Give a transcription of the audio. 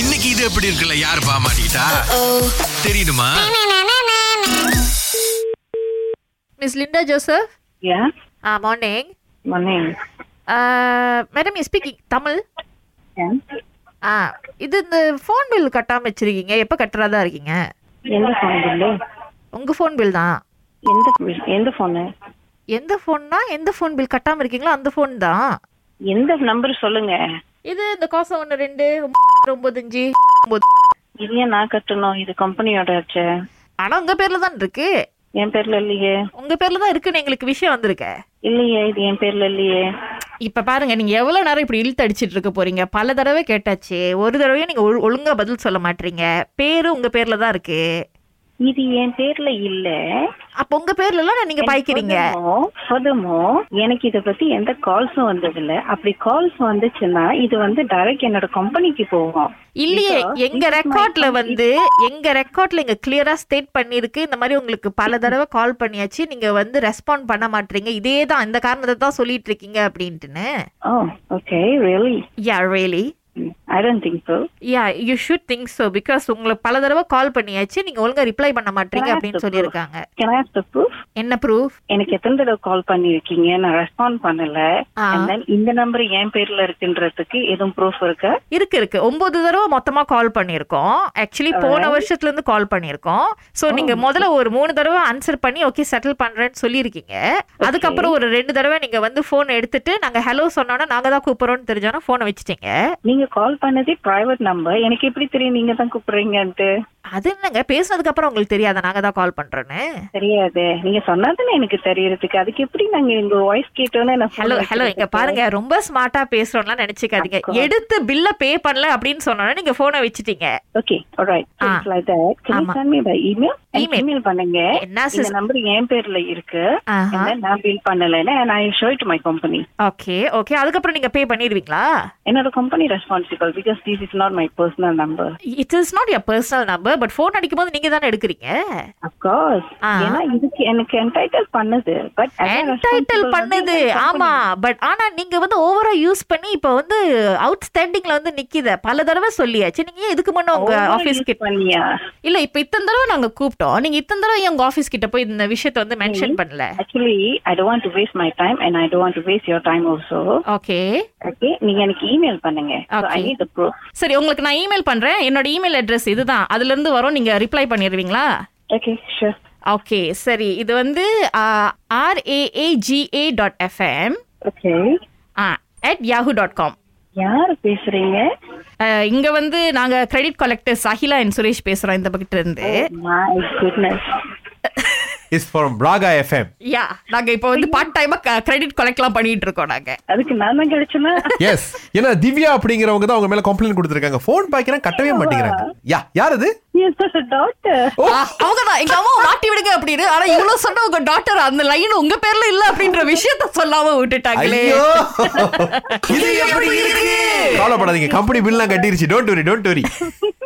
இன்னைக்கு இது எப்படி இருக்குல்ல யார் பாமாட்டா தெரியுமா Miss Linda Joseph. Yeah. Uh, morning. My name. Uh, madam, you speaking Tamil? Yeah. ஆ இது இந்த ஃபோன் பில் கட்டாமல் வச்சிருக்கீங்க எப்போ கட்டுறதா இருக்கீங்க எந்த ஃபோன் பில்லு உங்கள் ஃபோன் பில் தான் எந்த bill? எந்த ஃபோனு எந்த ஃபோன்னா எந்த ஃபோன் பில் கட்டாமல் இருக்கீங்களோ அந்த ஃபோன் தான் எந்த நம்பர் சொல்லுங்க இது இந்த காசம் ஒன்று ரெண்டு ஒம்பதுஞ்சு ஒம்பது இது ஏன் நான் கட்டணும் இது கம்பெனியோட ஆச்சு ஆனால் உங்கள் பேரில் தான் இருக்கு என் பேர்ல இல்லையே உங்கள் பேரில் தான் இருக்குன்னு எங்களுக்கு விஷயம் வந்திருக்கே இல்லையே இது என் பேர்ல இல்லையே இப்போ பாருங்க நீங்கள் எவ்வளோ நேரம் இப்படி இழுத்து அடிச்சிட்டு இருக்க போறீங்க பல தடவை கேட்டாச்சு ஒரு தடவையும் நீங்கள் ஒழுங்காக பதில் சொல்ல மாட்டீங்க பேரு உங்கள் பேரில் தான் இருக்கு இது என் பேர்ல இல்ல அப்போ உங்கள் பேர்லலாம் நீங்கள் பாய்க்கிறீங்க ஃபர்தர்மோ எனக்கு இத பத்தி எந்த கால்ஸும் வந்தது இல்ல அப்படி கால்ஸ் வந்துச்சுன்னா இது வந்து டைரக்ட் என்னோட கம்பெனிக்கு போகும் இல்லையே Because எங்க this is my ரெக்கார்ட்ல company. வந்து எங்க ரெக்கார்ட்ல எங்க கிளியரா ஸ்டேட் பண்ணிருக்கு இந்த மாதிரி உங்களுக்கு பல தடவை கால் பண்ணியாச்சு நீங்க வந்து ரெஸ்பாண்ட் பண்ண மாட்டீங்க இதே தான் இந்த காரணத்தை தான் சொல்லிட்டு இருக்கீங்க அப்படின்ட்டுன்னு ஓ okay really yeah really I don't think so yeah you should think so because உங்களுக்கு பல தடவை கால் பண்ணியாச்சு நீங்க ஒழுங்கா ரிப்ளை பண்ண மாட்டீங்க Can I அப்படின்னு have the சொல்லியிருக்காங்க can i have the proof என்ன ப்ரூஃப் எனக்கு எத்தனை தடவை கால் பண்ணிருக்கீங்க நான் ரெஸ்பாண்ட் பண்ணல ஆ. And then இந்த நம்பர் என் பேர்ல இருக்குன்றதுக்கு எதுவும் ப்ரூஃப் இருக்கா இருக்கு இருக்கு ஒன்பது தடவை மொத்தமா கால் பண்ணியிருக்கோம் ஆக்சுவலி போன வருஷத்துல இருந்து கால் பண்ணியிருக்கோம் ஸோ நீங்க முதல்ல ஒரு மூணு தடவை ஆன்சர் பண்ணி ஓகே செட்டில் பண்றேன்னு சொல்லியிருக்கீங்க அதுக்கப்புறம் ஒரு ரெண்டு தடவை நீங்க வந்து ஃபோன் எடுத்துட்டு நாங்க ஹலோ சொன்னோன்னா நாங்க தான் கூப்பிடுறோம்னு தெரிஞ்சோன்னா ஃபோனை வச்சுட்டீங்க நீங்க கால் பண்ணதே பிரைவேட் நம்பர் எனக்கு எப்படி தெரியும் நீங்க தான் கூப்பிடுறீங்கன்ட்டு அது என்னங்க பேசுனதுக்கு அப்புறம் உங்களுக்கு தெரியாத நாங்க தான் கால் பண்றோன்னு தெரியாது நீங்க சொன்னாதானே எனக்கு தெரியறதுக்கு அதுக்கு எப்படி நாங்க எங்க வாய்ஸ் கேட்டோன்னு நான் ஹலோ phone ஹலோ இங்க வைக்கிறது? பாருங்க ரொம்ப ஸ்மார்ட்டா பேசுறோம்லாம் நினைச்சுக்காதீங்க எடுத்து பில்ல பே பண்ணல அப்படின்னு சொன்னோன்னா நீங்க ஃபோனை வச்சுட்டீங்க Okay, all right. So ah. it's like that. Can you ஆமா. send me by email? And Email. email பண்ணுங்க. என்ன இந்த சிஸ் number என் பேர்ல இருக்கு. And ஆஹா then நான் bill பண்ணலைன்னா, and I show it to my company. Okay okay அதுக்கப்புறம் நீங்க பே பண்ணிடுவீங்களா என்னோட company responsible because this is not my personal number. It is not your personal number but phone அடிக்கும் போது நீங்க தானே எடுக்கிறீங்க Of course. ஆ. ஏன்னா இதுக்கு எனக்கு entitled பண்ணது. But as a title responsible பண்ணது வந்து company. ஆமா பட் ஆனா நீங்க வந்து ஓவரா யூஸ் பண்ணி இப்போ வந்து அவுட்ஸ்டாண்டிங்ல வந்து நிக்கித பல தடவை சொல்லியாச்சு நீங்க ஏன் இதுக்கு முன்ன உங்க Over ஆபீஸ் use கிட்ட பண்ணியா? இல்ல இப்போ இத்தனை தடவை நாங்க கூப்பிட்டோம் நீங்க இத்தனை தடவை ஏன் உங்க ஆபீஸ் கிட்ட போய் இந்த விஷயத்தை வந்து மென்ஷன் பண்ணல Actually, I don't want to waste my time and I don't want to waste your time also. Okay Okay, நீங்க எனக்கு email பண்ணுங்க. So I Okay. need the proof. சரி உங்களுக்கு நான் இமெயில் பண்றேன் என்னோட இமெயில் அட்ரஸ் இதுதான் அதுல இருந்து வரும் நீங்க ரிப்ளை பண்ணிடுவீங்களா Okay, sure. ஓகே சரி இது வந்து R A A G A dot FM Okay. At Yahoo dot com யாரு பேசுறீங்க அஹ் இங்க வந்து நாங்க credit collector Sahila and Suresh பேசுறோம் இந்த பக்கத்துல இருந்து My goodness. Is from Raaga FM yeah நாங்க இப்போ வந்து பார்ட் டைமா கிரெடிட் கலெக்ட்லாம் பண்ணிட்டு இருக்கோம் நாங்க அதுக்கு நான் தான் கிடைச்சேன்னா எஸ் ஏன்னா திவ்யா அப்படிங்கிறவங்க தான் அவங்க மேல கம்ப்ளைண்ட் கொடுத்துருக்காங்க ஃபோன் பாய்க்கிறேன் கட்டவே மாட்டேங்கிறாங்க யா யார் அது டாக்டர் ஓ. ஆ, அவங்கதான் எங்க அம்மா மாட்டி விடுங்க அப்படின்னு ஆனா இவ்வளவு சொன்ன உங்க டாட்டர் அந்த லைன் உங்க பேர்ல இல்ல அப்படின்ற விஷயத்த சொல்லாம விட்டுட்டாங்களே ஐயோ இது எப்படி இருக்கு கவலைப்படாதீங்க கம்பெனி பில்லாம் கட்டிருச்சு டோன்ட் வரி டோன்ட் வரி